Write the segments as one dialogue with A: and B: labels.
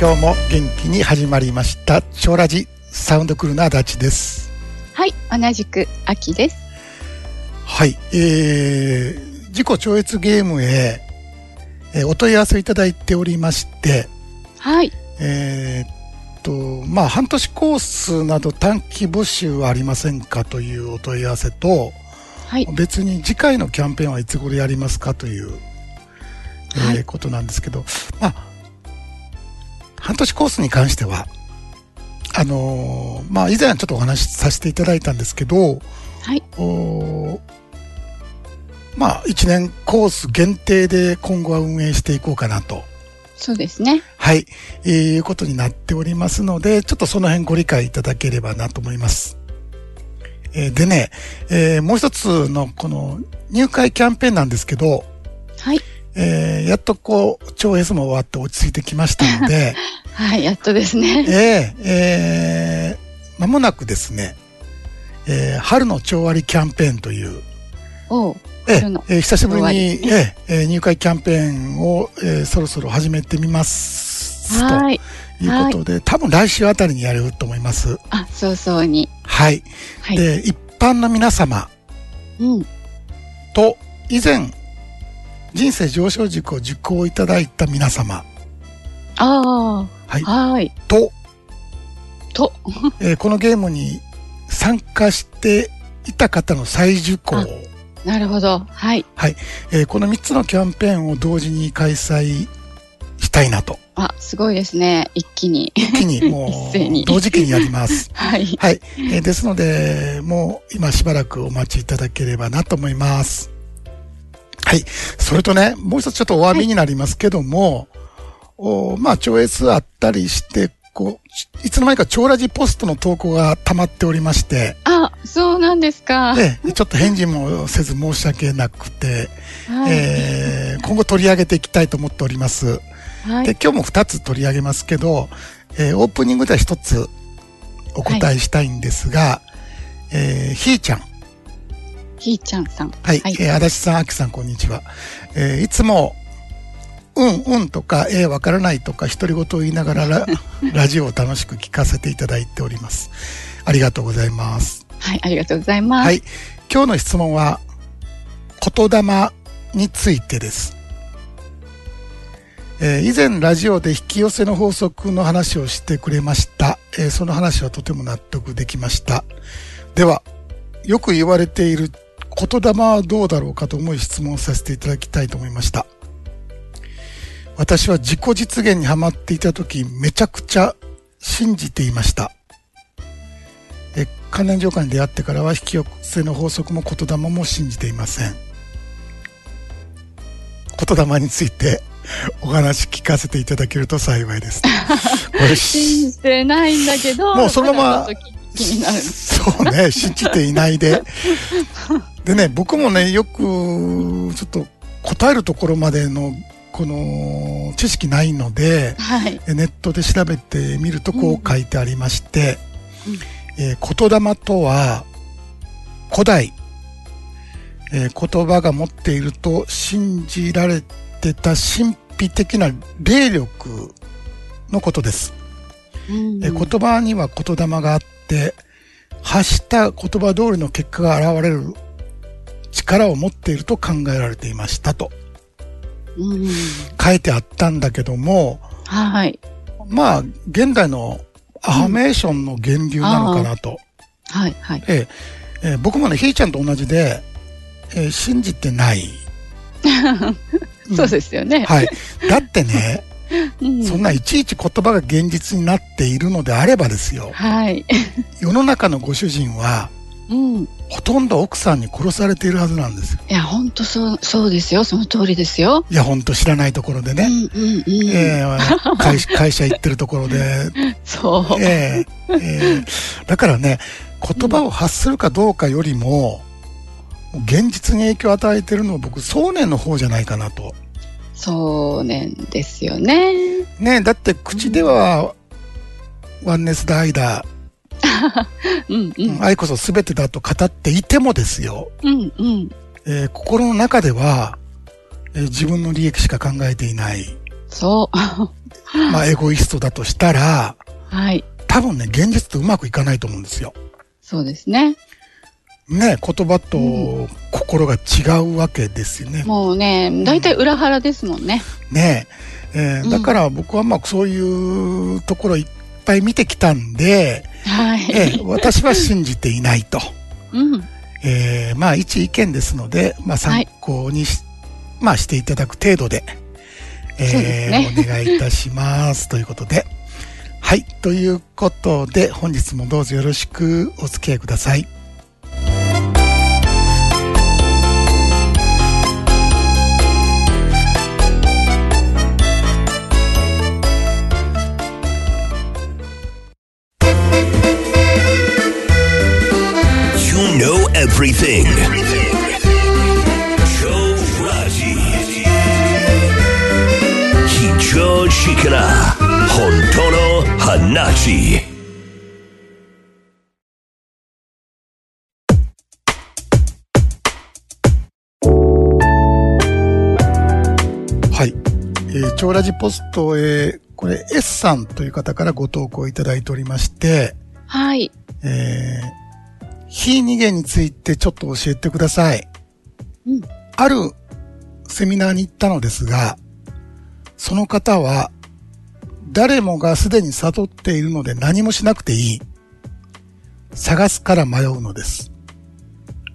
A: 今日も元気に始まりました超ラジサウンドクルーの足立です
B: はい、同じく秋です。
A: はい、えー、自己超越ゲームへ、えーお問い合わせをいただいておりまして
B: はい、
A: えーっとまあ半年コースなど短期募集はありませんかというお問い合わせと
B: はい、
A: 別に次回のキャンペーンはいつ頃やりますかという、えー
B: はい
A: ことなんですけど、まあ、半年コースに関しては、あのーまあ、以前はちょっとお話しさせていただいたんですけど、
B: はい、
A: おーまあ、1年コース限定で今後は運営していこうかなと、
B: そうですね。
A: はい、えーいうことになっておりますので、ちょっとその辺ご理解いただければなと思います。えーでね、えーもう一つのこの入会キャンペーンなんですけど、
B: はい、
A: えーやっとこう、超 S も終わって落ち着いてきました ので、
B: はい、やっとですね。
A: えーえー間もなくですね、えー春の超割キャンペーンという、
B: おう、
A: え
B: 春の
A: ーえー久しぶりに、
B: 超割
A: えーえー入会キャンペーンを、えーそろそろ始めてみます。と
B: はい、
A: いうことで、多分来週あたりにやると思います。
B: あ、早々に。
A: はい。
B: はい、
A: で、一般の皆様
B: うん、
A: と、以前、人生上昇塾を受講いただいた皆様、
B: あ
A: はい
B: あ、、はい、
A: と、
B: と、
A: えーこのゲームに参加していた方の再受講、
B: あなるほど、はい、
A: えーこの3つのキャンペーンを同時に開催したい なと。
B: あ、すごいですね、一気に。
A: 一気に、も
B: 一斉
A: う、
B: に
A: 同時期にやります。
B: はい、
A: はい。えーですので、もう今しばらくお待ちいただければなと思います。はい。それとね、もう一つちょっとお詫びになりますけども、おまあ、超越あったりして、こう、いつの間にか超ラジポストの投稿が溜まっておりまして、
B: あ、そうなんですか。
A: ええちょっと返事もせず申し訳なくて、
B: はい、
A: えー今後取り上げていきたいと思っております。
B: は
A: で
B: い、
A: 今日も2つ取り上げますけど、えーオープニングでは1つお答えしたいんですが、えーひーちゃん、
B: ひーちゃんさん。
A: はい、
B: はい
A: えー足立さん、あきさん、こんにちは。えーいつも、うん、うんとか、えーわからないとか、独り言を言いながらララジオを楽しく聞かせていただいております。ありがとうございます。
B: はい、ありがとうございます。
A: はい。今日の質問は、言霊についてです。えー以前ラジオで引き寄せの法則の話をしてくれました。えーその話はとても納得できました。では、よく言われている言霊はどうだろうかと思い質問させていただきたいと思いました。私は自己実現にハマっていた時、めちゃくちゃ信じていました。えー関連浄化に出会ってからは引き寄せの法則も言霊も信じていません言霊についてお話聞かせていただけると幸いですこれ
B: 信じてないんだけど、
A: もうその
B: だ
A: まま
B: ちょっと気気になる。
A: そうね、信じていないで。でね、僕もね、よく、ちょっと答えるところまでの、この、知識ないので、
B: はい、
A: えネットで調べてみるとこ
B: うん
A: う書いてありまして、
B: うん
A: えー言霊とは古代、えー言葉が持っていると信じられてた神秘的な霊力のことです。
B: うん
A: えー言葉には言霊があって発した言葉通りの結果が現れる力を持っていると考えられていましたと
B: うん
A: 書いてあったんだけども、
B: はい、
A: まあ、現代のアファメーションの源流なのかなと。
B: はい、はい。
A: えええー僕もね、ひーちゃんと同じで、えー信じてない。う ん
B: そうですよね。
A: はい。だってね、
B: うん
A: そんないちいち言葉が現実になっているのであればですよ。
B: はい。
A: 世の中のご主人は、
B: うん。い
A: ほとんど奥さんに殺されているはずなんですよ。
B: や、本当そう、そうですよ。その通りですよ。
A: いや、ほんと知らないところで
B: う
A: ね。
B: んうんうん。
A: えー会会社行ってるところで、
B: そう。
A: ええええだからね、言葉を発するかどうかよりも、現実に影響を与えてるのは僕、想念の方じゃないかなと。
B: そうねんですよね。
A: ねだって口では、ワンネスだ愛だ、
B: うんうん。
A: 愛こそ全てだと語っていてもですよ、
B: うんうん。
A: ええ心の中では、ええ自分の利益しか考えていない。
B: そう。
A: まあ、エゴイストだとしたら、
B: はい。
A: 多分ね、現実とうまくいかないと思うんですよ。
B: そうですね。
A: ね、言葉と
B: う
A: 心が違うわけですよね。
B: もうね、大体裏腹ですもんね。
A: ねええー
B: うん
A: だから僕はまあそういうところいっぱい見てきたんで、
B: は
A: え
B: い。
A: ー私は信じていないと。
B: うん。
A: えーまあ一意見ですので、まあ参考にし、まあしていただく程度で、
B: そうですね
A: お願いいたします。ということで。はい。ということで、本日もどうぞよろしくお付き合いください。
C: You know everything. Joe Raji. Hijoshi kara hontono hanachi.
A: はい。えー、超ラジポストへ、これ S さんという方からご投稿いただいておりまして、
B: はい。
A: えー、非逃げについてちょっと教えてください。
B: うん
A: あるセミナーに行ったのですが、その方は、誰もがすでに悟っているので何もしなくていい。探すから迷うのです。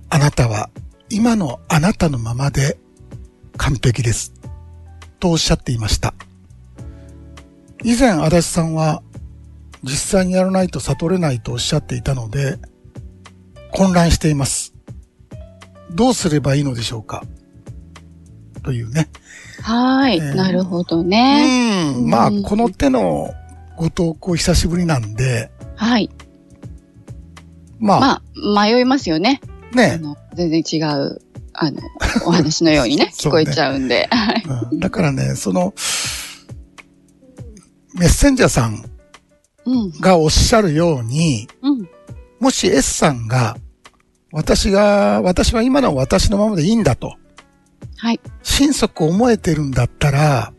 A: あなたは、今のあなたのままで完璧です。とおっしゃっていました。以前、足立さんは、実際にやらないと悟れないとおっしゃっていたので、混乱しています。どうすればいいのでしょうかというね。
B: はい。
A: えー
B: なるほどね。
A: うん。まあ、
B: うん
A: この手のご投稿久しぶりなんで、
B: はい。
A: まあ、
B: まあ、迷いますよね。あ
A: ね、
B: の、全然違う、あの、お話のようにね、
A: そ
B: 聞
A: うね
B: こえちゃうんで。はい。
A: うんだからね、その、メッセンジャーさん
B: うん。
A: がおっしゃるように、
B: うん。
A: もし S さんが、私が、私は今の私のままでいいんだと、
B: はい。
A: 心底思えてるんだったら、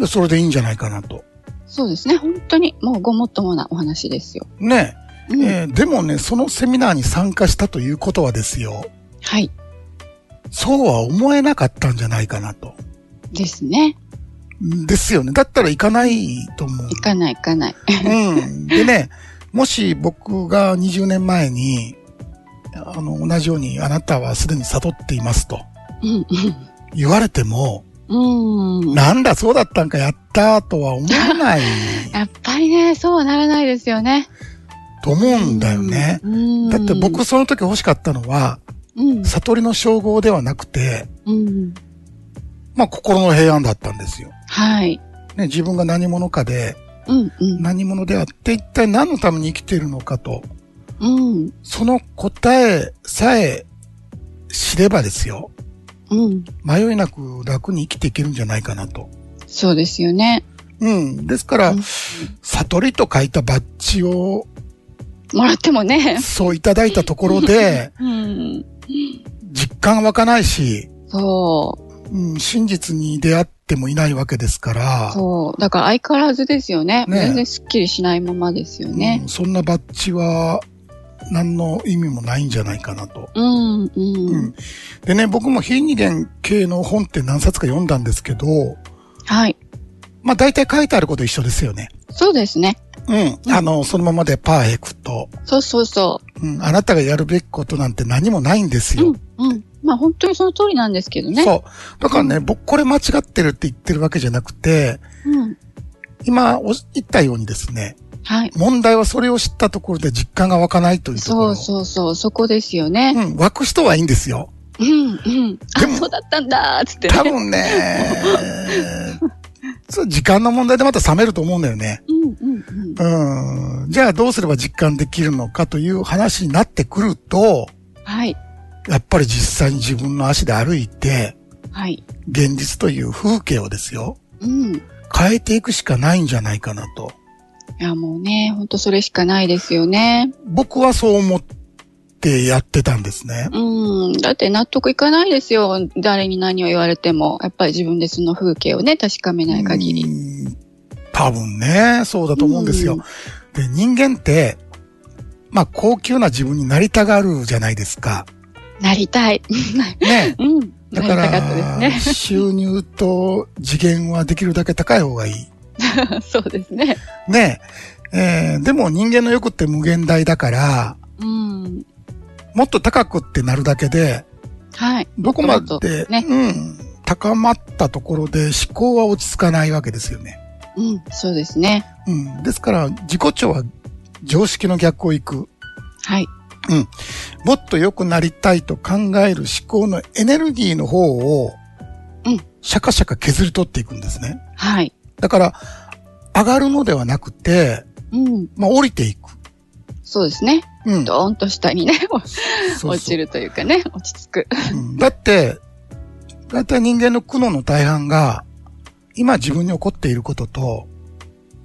B: うん。
A: それでいいんじゃないかなと。
B: そうですね。本当に、もうごもっともなお話ですよ。
A: ね、
B: うん。
A: えーでもね、そのセミナーに参加したということはですよ、
B: はい。
A: そうは思えなかったんじゃないかなと。
B: ですね。
A: ですよね。だったら行かないと思う。
B: 行かない行かない。
A: うん。でね、もし僕が20年前に、あの、同じようにあなたはすでに悟っていますと
B: うん。
A: 言われても、
B: うん。うん。
A: なんだそうだったんかやったとは思わない
B: やっぱりね、そうはならないですよね。
A: と思うんだよね。
B: うん。
A: だって僕その時欲しかったのは、
B: うん、
A: 悟りの称号ではなくて、
B: うん。
A: まあ心の平安だったんですよ。
B: はい。
A: ね、自分が何者かで、
B: うん、うん。
A: 何者であって一体何のために生きているのかと、
B: うん。
A: その答えさえ知ればですよ、
B: うん。
A: 迷いなく楽に生きていけるんじゃないかなと。
B: そうですよね。
A: うん。ですから、
B: うん
A: 悟りと書いたバッジを、
B: もらっても ね。
A: そういただいたところで、
B: うん。
A: 実感湧かないし、
B: そう。
A: うん、真実に出会ってもいないわけですから、
B: そう。だから相変わらずですよね。
A: ね
B: 全然スッキリしないままですよね
A: う。んそんなバッジは、何の意味もないんじゃないかなと。
B: うん、うん。
A: うんでね、僕も非人間系の本って何冊か読んだんですけど、
B: はい。
A: まあ大体書いてあること一緒ですよね。
B: そうですね。
A: うん。あの、そのままでパーフェクト。
B: そうそうそ
A: うん。あなたがやるべきことなんて何もないんです
B: う。う
A: よ。
B: ん、うん。まあ本当にその通りなんですけどね。
A: そう。だからね、僕これ間違ってるって言ってるわけじゃなくて、
B: うん。
A: 今お言ったようにですね、
B: はい。
A: 問題はそれを知ったところで実感が湧かないというとこ
B: そ
A: ろ。
B: うそうそう。そこですよね。
A: うん。湧く人はいいんですよ。
B: うん、うん。
A: で
B: あ、
A: も
B: そうだったんだーっつってね。
A: 多分ね、 そう時間の問題でまた冷めると思うんだよね。
B: うん、うん、うん。
A: うん。じゃあどうすれば実感できるのかという話になってくると、
B: はい。
A: やっぱり実際に自分の足で歩いて、
B: はい。
A: 現実という風景をですよ、
B: うん。
A: 変えていくしかないんじゃないかなと。
B: いや、もうね、ほんとそれしかないですよね。
A: 僕はそう思っってやってたんですね。
B: うん。だって納得いかないですよ。誰に何を言われても。やっぱり自分でその風景をね、確かめない限り。
A: うん多分ね、そうだと思うんです
B: う
A: よ
B: ん。
A: で、人間って、まあ、高級な自分になりたがるじゃないですか。
B: なりたい。
A: ね。
B: うん。 な
A: だ
B: り
A: か
B: たかったです
A: ら、
B: ね。
A: 収入と次元はできるだけ高い方がいい。
B: そうですね。
A: ね。えーでも人間の欲って無限大だから、
B: うん。
A: もっと高くってなるだけで、
B: はい。
A: どこま
B: もっ
A: で、
B: とね
A: うん、高まったところで思考は落ち着かないわけですよね。
B: うん。そうですね。
A: うん。ですから、自己調は常識の逆を行く。
B: はい。
A: もっと良くなりたいと考える思考のエネルギーの方を
B: うん、
A: シャカシャカ削り取っていくんですね。
B: はい。
A: だから、上がるのではなくて、
B: うん。
A: まあ、降りていく。
B: そうですね。
A: うん。
B: ドーンと下にね、
A: そうそう
B: 落ちるというかね、落ち着く。
A: うんだって、だいたい人間の苦悩の大半が、今自分に起こっていることと、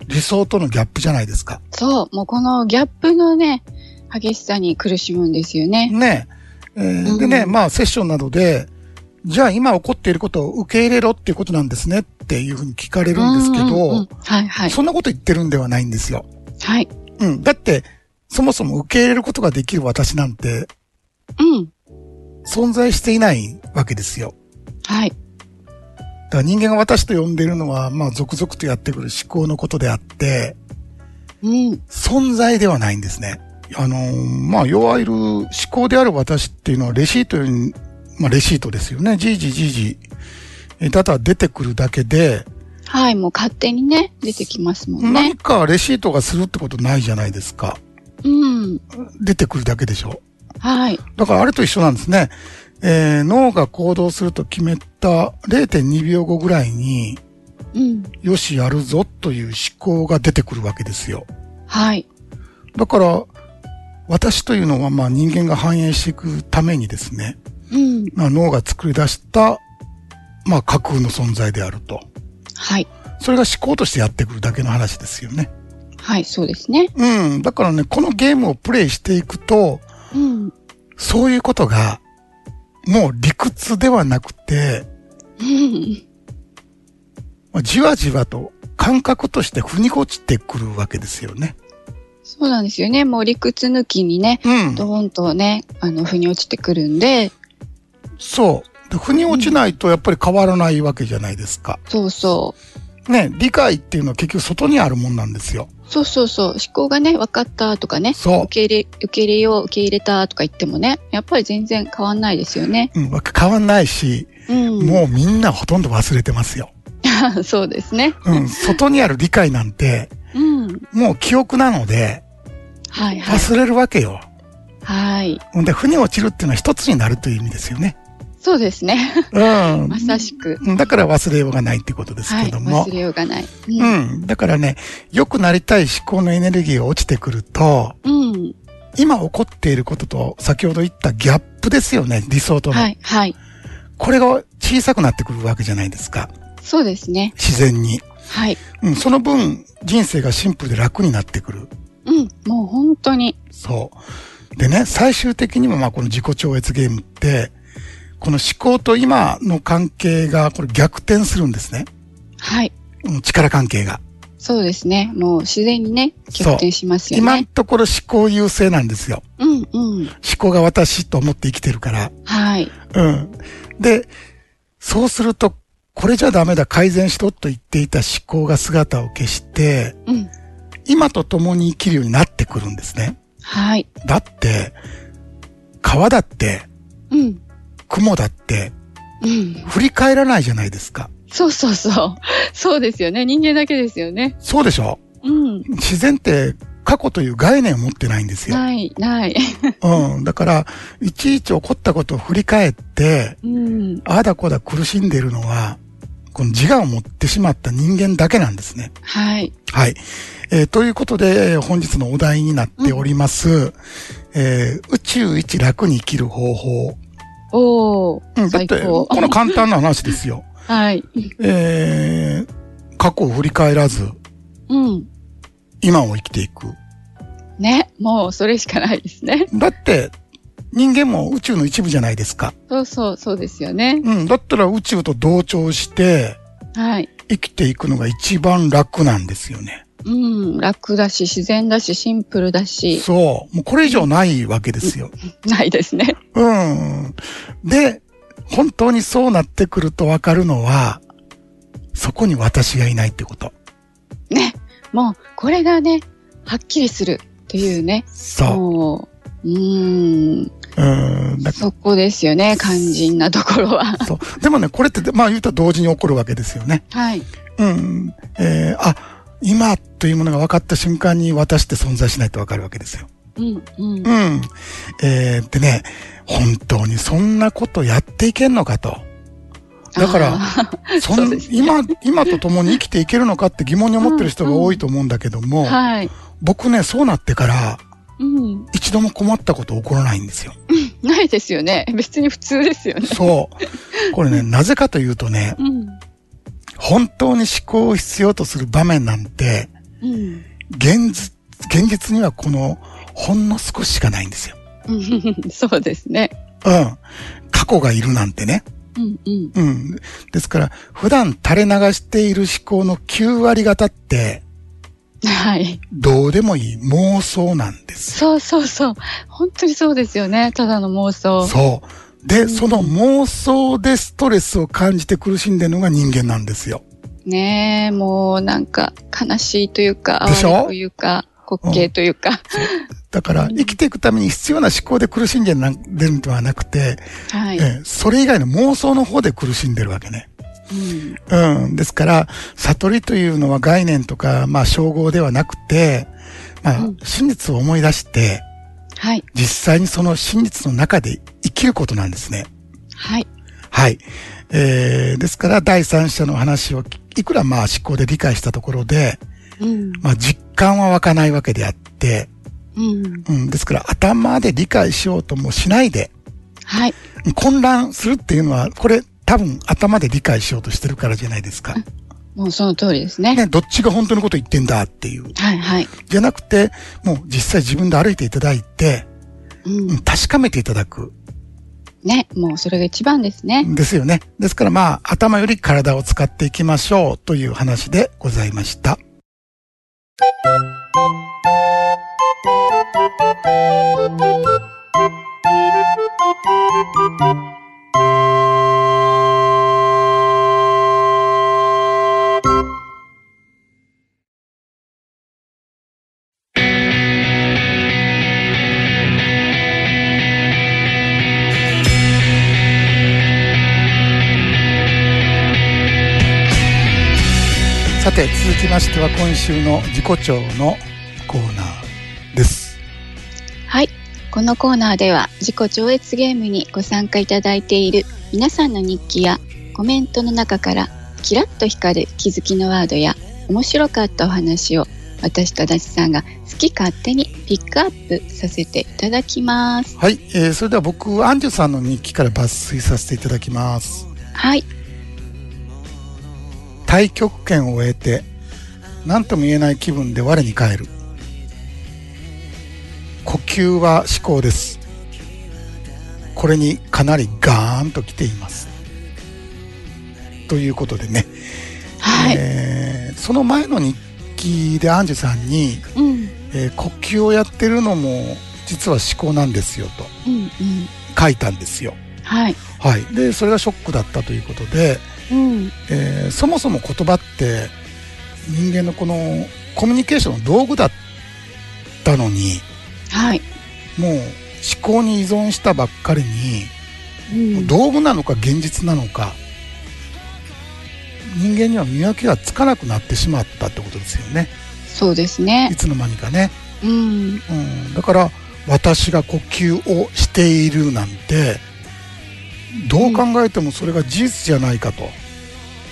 A: 理想とのギャップじゃないですか。
B: そう。もうこのギャップのね、激しさに苦しむんですよね。
A: ねえ。えーでね、
B: うん
A: まあセッションなどで、じゃあ今起こっていることを受け入れろっていうことなんですねっていうふうに聞かれるんですけど、
B: うんうんうんはいはい。
A: そんなこと言ってるんではないんですよ。
B: はい。
A: うん。だって、そもそも受け入れることができる私なんて
B: うん。
A: 存在していないわけですよ。
B: はい。
A: だから人間が私と呼んでいるのは、まあ続々とやってくる思考のことであって、
B: うん。
A: 存在ではないんですね。あのーまあ、弱いる思考である私っていうのはレシートに、まあ、レシートですよね。じいじじいじ。えただ出てくるだけで、
B: はい。もう勝手にね、出てきますもんね
A: 何。かレシートがするってことないじゃないですか。
B: うん。
A: 出てくるだけでしょ。
B: はい。
A: だからあれと一緒なんですね。えー脳が行動すると決めた0.2秒後ぐらいに、
B: うん。
A: よしやるぞという思考が出てくるわけですよ。
B: はい。
A: だから、私というのはまあ人間が繁栄していくためにですね、
B: うん。
A: まあ、脳が作り出した、まあ、架空の存在であると。
B: はい。
A: それが思考としてやってくるだけの話ですよね。
B: はい。そうですね。
A: うん。だからね、このゲームをプレイしていくと、
B: うん。
A: そういうことが、もう理屈ではなくて、
B: うん。
A: まあじわじわと感覚として腑に落ちてくるわけですよね。
B: そうなんですよね。もう理屈抜きにね、
A: うん。
B: ドーンとね、あの、腑に落ちてくるんで、
A: そう。で腑に落ちないとやっぱり変わらないわけじゃないですか。
B: そうそう。
A: ね、理解っていうのは結局外にあるもんなんですよ。
B: そうそうそう。思考がね、分かったとかね、
A: そう
B: 受け入れ、受け入れよう、受け入れたとか言ってもね、やっぱり全然変わんないですよね。
A: うん、わ変わんないし、
B: うん。
A: もうみんなほとんど忘れてますよ。
B: そうですね。
A: うん、外にある理解なんて、
B: うん。
A: もう記憶なので、
B: はいはい。
A: 忘れるわけよ。
B: はい。
A: ほんで、腑に落ちるっていうのは一つになるという意味ですよね。
B: そうですね。
A: うん
B: ま。さしく。
A: だから忘れようがないってことです
B: は
A: け
B: い。
A: ども。
B: 忘れようがない。
A: う
B: うん。
A: ん。だからね、良くなりたい思考のエネルギーが落ちてくると、
B: うん。
A: 今起こっていることと、先ほど言ったギャップですよね、理想との。
B: はい。はい。
A: これが小さくなってくるわけじゃないですか。
B: そうですね。
A: 自然に。
B: はい。
A: うん、その分、人生がシンプルで楽になってくる。
B: うん。もう本当に。
A: そう。でね、最終的にもまあこの自己超越ゲームって、この思考と今の関係がこれ逆転するんですね。
B: はい。
A: うん力関係が。
B: そうですね。もう自然にね、逆転しますよ
A: 今の
B: ね。
A: ところ思考優勢なんですよ。
B: うんうん。
A: 思考が私と思って生きてるから。
B: はい。
A: うん。で、そうすると、これじゃダメだ、改善しろと言っていた思考が姿を消して、
B: うん。
A: 今と共に生きるようになってくるんですね。
B: はい。
A: だって、川だって、
B: うん。
A: 雲だって、
B: うん。
A: 振り返らないじゃないですか。
B: そうそうそう。 そうですよね。人間だけですよね。
A: そうでしょ
B: うん。
A: 自然って過去という概念を持ってないんですよ。
B: ない、ない。
A: うん。だから、いちいち起こったことを振り返って、
B: うん。
A: ああだこうだ苦しんでいるのは、この自我を持ってしまった人間だけなんですね。
B: はい。
A: はい。えーということで、えー本日のお題になっております、えー宇宙一楽に生きる方法。
B: お
A: う
B: ー。
A: ん、だっ
B: 最
A: て、
B: 高
A: こ。の簡単な話ですよ。
B: はい。
A: えー、過去を振り返らず、
B: うん。
A: 今を生きていく。
B: ね。もう、それしかないですね。
A: だって、人間も宇宙の一部じゃないですか。
B: そうそう、そうですよね。
A: うん。だったら宇宙と同調して、
B: はい。
A: 生きていくのが一番楽なんですよね。
B: うん、楽だし、自然だし、シンプルだし、
A: そう。もうこれ以上ないわけですよ。
B: ないですね。
A: うん。で、本当にそうなってくるとわかるのは、そこに私がいないってこと。
B: ね。もう、これがね、はっきりするっていうね。
A: そ
B: もう、うーん、
A: う。うん。だ
B: そこですよね、肝心なところは。
A: そう。でもね、これって、まあ言うと同時に起こるわけですよね。
B: はい。
A: うん。えー、あ、今というものが分かった瞬間に私って存在しないと分かるわけですよ。
B: うん、うん
A: う。ん。えー、でね、本当にそんなことやっていけんのかと。だから
B: あー
A: そ ん
B: そうですね
A: 今、今と共に生きていけるのかって疑問に思ってる人が多いと思うんだけども、
B: はい。
A: 僕ね、そうなってから、
B: うん。
A: 一度も困ったこと起こらないんですよ。
B: ないですよね。別に普通ですよね。
A: そう。これ ね、なぜかというとね、
B: うん。
A: 本当に思考を必要とする場面なんて、
B: うん。
A: 現実、現実にはこの、ほんの少ししかないんですよ。
B: うん そうですね。
A: うん。過去がいるなんてね。
B: うん、うん。
A: うん。ですから、普段垂れ流している思考の9割方って、
B: はい。
A: どうでもいい妄想なんですよ。
B: そうそうそう。本当にそうですよね。ただの妄想。
A: そう。で、その妄想でストレスを感じて苦しんでるのが人間なんですよ。
B: ねえ、もうなんか悲しいというか、
A: でしょ
B: 哀れというか、滑稽というか。
A: だから、生きていくために必要な思考で苦しんでるのではなくて、
B: はい。
A: ええそれ以外の妄想の方で苦しんでるわけね。
B: うん
A: うん。ですから、悟りというのは概念とか、まあ、称号ではなくて、まあ
B: うん、
A: 真実を思い出して、
B: はい。
A: 実際にその真実の中で生きることなんですね。
B: はい。
A: はい。えー、ですから、第三者の話をきいくらまあ思考で理解したところで、
B: うん。
A: まあ実感は湧かないわけであって、
B: うん。
A: うん、ですから頭で理解しようともしないで、
B: はい。
A: 混乱するっていうのは、これ多分頭で理解しようとしてるからじゃないですか。
B: もうその通りですね。
A: ね、どっちが本当のこと言ってんだっていう。
B: はい、はい。
A: じゃなくて、もう実際自分で歩いていただいて、
B: う
A: うんん、確かめていただく。
B: ね、もうそれが一番ですね。
A: ですよね。ですからまあ、頭より体を使っていきましょうという話でございました。さて、続きましては今週の自己調のコーナーです。
B: はい。このコーナーでは自己超越ゲームにご参加いただいている皆さんの日記やコメントの中からキラッと光る気づきのワードや面白かったお話を私と足立さんが好き勝手にピックアップさせていただきます。
A: はい、えー、それでは僕、アンジュさんの日記から抜粋させていただきます。
B: はい。
A: 対極拳を終えて何とも言えない気分で我に返る呼吸は思考ですこれにかなりガーンと来ていますということでね、
B: はい。
A: えーその前の日記でアンジュさんに、
B: うん。
A: えー呼吸をやってるのも実は思考なんですよと
B: うん。うん。
A: 書いたんですよ
B: はい。
A: はいでそれがショックだったということで
B: うん。
A: えーそもそも言葉って人間のこのコミュニケーションの道具だったのに
B: はい。
A: もう思考に依存したばっかりに、
B: うん。
A: 道具なのか現実なのか人間には見分けがつかなくなってしまったってことですよね
B: そうです
A: い
B: ね。
A: つの間にかね、
B: うん。
A: うん、だから私が呼吸をしているなんてどう考えてもそれが事実じゃないかと、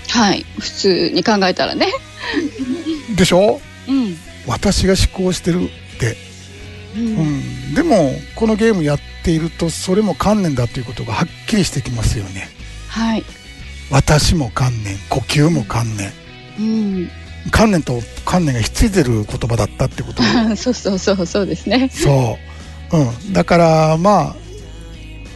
B: はい。普通に考えたらね。
A: でしょ
B: うん。
A: 私が思考してるって
B: うん。
A: うん、でもこのゲームやっているとそれも観念だということがはっきりしてきますよね
B: はい。
A: 私も観念呼吸も観念
B: うん。
A: 観念と観念がひっついてる言 葉だったってこと
B: そうそうそうそうですね。
A: そう、うん、だからまあ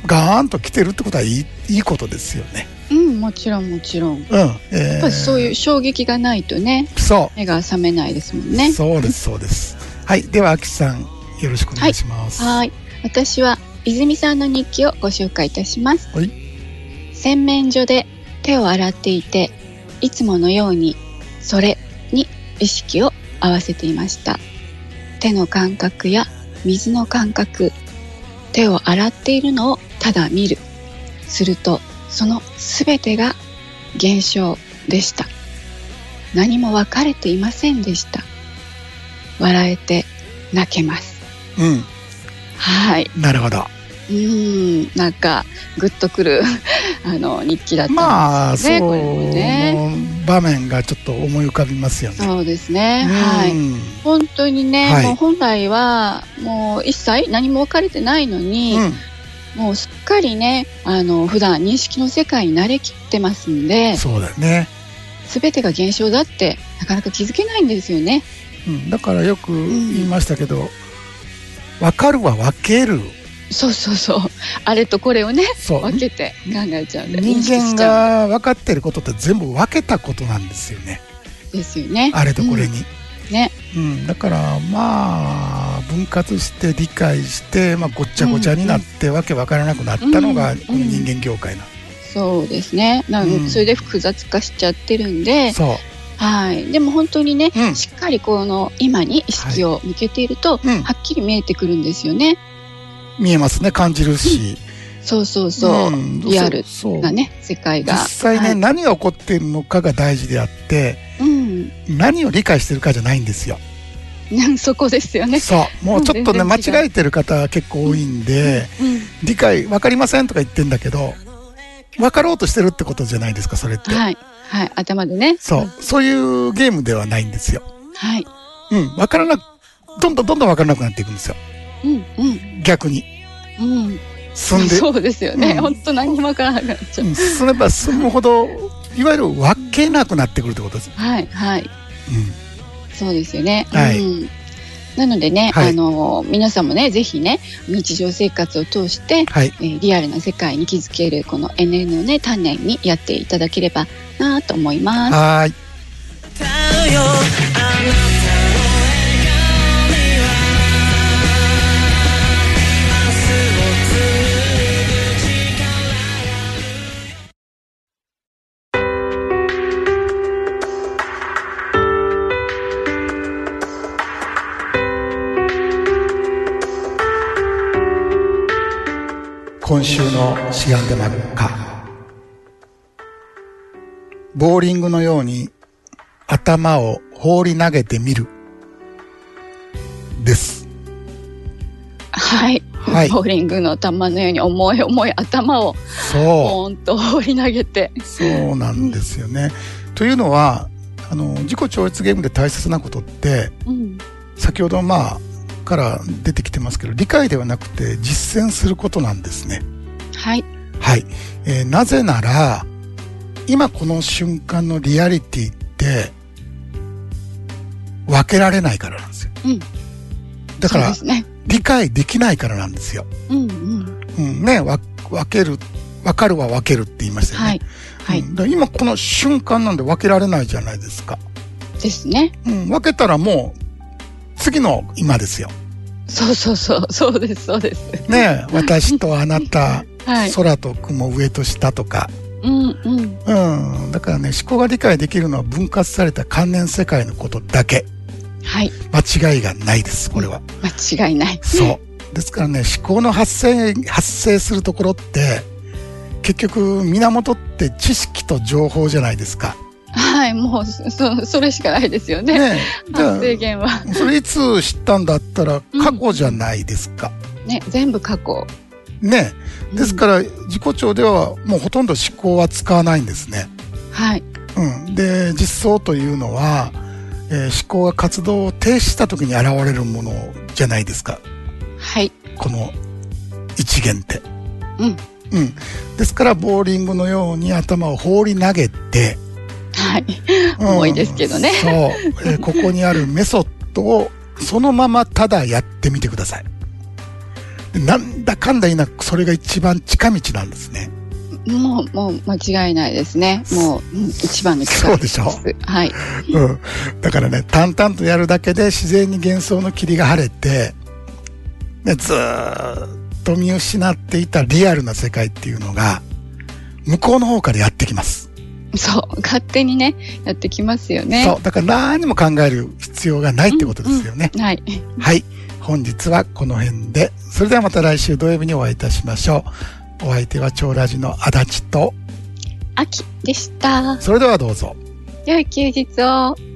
A: ガーンと来てるってことはいいいいことですよね。
B: うん、もちろんもちろん。や
A: うん。え
B: っぱりそういう衝撃がないとね、
A: そ
B: 目が覚めないですもん
A: う、
B: ね。
A: そうです、そうです。はい。では、秋さん、よろしくお願いします。
B: はーい。私は泉さんの日記をご紹介いたします。
A: はい
B: 洗面所で手を洗っていて、いつものようにそれに意識を合わせていました。手の感覚や水の感覚、手を洗っているのをただ見る。すると、そのすべてが現象でした。何も分かれていませんでした。笑えて泣けます。はい。
A: うん。なるほど。
B: うーん、なんかグッとくる あの日記だった
A: ま
B: ん
A: あ、
B: ですね。
A: そ
B: こ
A: う、
B: れもね。
A: 場面がちょっと思い浮かびますよね。
B: そうですね。
A: うん
B: はい。本当にね、
A: はい
B: もう本来はもう一切何も分かれてないのに、
A: うん。
B: もうすっかりね、あの普段認識の世界に慣れきってますんで、
A: そうだよね。
B: すべてが現象だってなかなか気づけないんですよね。
A: うん、だからよく言いましたけど、分かるは分ける。
B: そうそうそう。あれとこれをね、
A: そう。
B: 分けて考えちゃうんで、
A: 人
B: 認識
A: 間
B: しちゃ
A: が分かってることって全部分けたことなんですよね。
B: うんですよね。
A: あれとこれに。
B: うんね。
A: うん、だからまあ分割して理解して、まあ、ごっちゃごちゃになって、わけわからなくなったのが、
B: うん
A: この人間業界な、
B: そうですね。なん
A: うん
B: それで複雑化しちゃってるんで、
A: そ
B: はい。でも本当にね、
A: うん
B: しっかりこの今に意識を向けていると、
A: う、うん、
B: はっきり見えてくるんですよね。
A: 見えますね感じるし、
B: そうそうそう。
A: ん
B: リアル
A: そうそう
B: なね、世界
A: 実
B: が。
A: 際ね、
B: はい
A: 何が起こっているのかが大事であって
B: うん。
A: 何を理解してるかじゃないんですよ
B: なんそこですよね。
A: そうもうちょっとね
B: うん
A: 間
B: 全然違う
A: 違えてる方結構多いんで、
B: うん。
A: 理解分かりませんとか言ってんだけど分かろうとしてるってことじゃないですかそれって、
B: はい。はい。頭でね。
A: そうそういうゲームではないんですよ
B: はい。
A: うん、わからなく、どんどんどんどんわからなくなっていくんですよ。
B: うん。うん。
A: 逆に。
B: うん。
A: 進んで、
B: そうですよね。
A: うん
B: 本当何もわからなくなっちゃう。
A: うん進めば進むほど、いわゆる分けなくなってくるってことです。
B: はい。はい。そうですよね。
A: はい
B: うんなのでね、
A: はい
B: あの皆さんもね、ぜひね、日常生活を通して、
A: はい
B: えーリアルな世界に気づけるこの NN をね、丹念にやっていただければなと思い
A: うん。
B: ます。
A: はーい。今週の志願で真っ赤。ボーリングのように頭を放り投げてみる。です。
B: はい。
A: はい
B: ボーリングの球のように重い重い頭を
A: そ
B: ポーンと放り投げて。
A: う。そうなんですよね。というのは、あの、自己超越ゲームで大切なことって、
B: うん。
A: 先ほどまあから出てきてますけど理解ではなくて実践することなんですね
B: はい。
A: はい、えーなぜなら今この瞬間のリアリティって分けられないからなんですよ、
B: うん
A: だか
B: そう
A: ら
B: ですね。
A: 理解できないからなんですよ、
B: うんうん。
A: うん、ねわ分ける分かるは分けるって言いましたよね、
B: はい。はい。
A: うんだから今この瞬間なんで分けられないじゃないですか、
B: ですね。
A: うん、分けたらもう次の今ですよ
B: そうそうそう。そうです。そうです。
A: ねえ、私とあなた、
B: はい。
A: 空と雲、上と下とか。
B: うんうん。
A: うん。だからね、思考が理解できるのは分割された関連世界のことだけ。
B: はい。
A: 間違いがないです、これは。
B: 間違いない。
A: そう。ですからね、思考の発生、発生するところって、結局、源って知識と情報じゃないで すか。
B: はい、もうそそそれしかないですよね。
A: ねえ。
B: 発生源は
A: それいつ知ったんだったら
B: うん
A: 過去じゃないですか。
B: ね全部過去。
A: ねえ。ですから、自己調ではもうほとんど思考は使わないんですね。
B: はい、
A: うん、で実相というのは、えー思考が活動を停止した時に現れるものじゃないですか
B: はい、
A: この一元って、
B: うん、
A: うん、ですからボーリングのように頭を放り投げて、
B: はい、
A: うん
B: 重いですけどね
A: そう、えーここにあるメソッドをそのままただやってみてくださいでなんだかんだ言いなくそれが一番近道なんですね。
B: もう、もう間違いないですね。もう、うん一番の近
A: そう
B: い
A: でしょ
B: す。はい。
A: うん。だからね、淡々とやるだけで自然に幻想の霧が晴れて、ね、ずーっと見失っていたリアルな世界っていうのが、向こうの方からやってきます。
B: そう。勝手にね、やってきますよね。
A: そう。だから何も考える必要がないってことですよね。
B: はい。
A: はい。本日はこの辺で。それではまた来週土曜日にお会いいたしましょう。お相手は長ラジの足立と、
B: 秋でした。
A: それではどうぞ。
B: 良い休日を。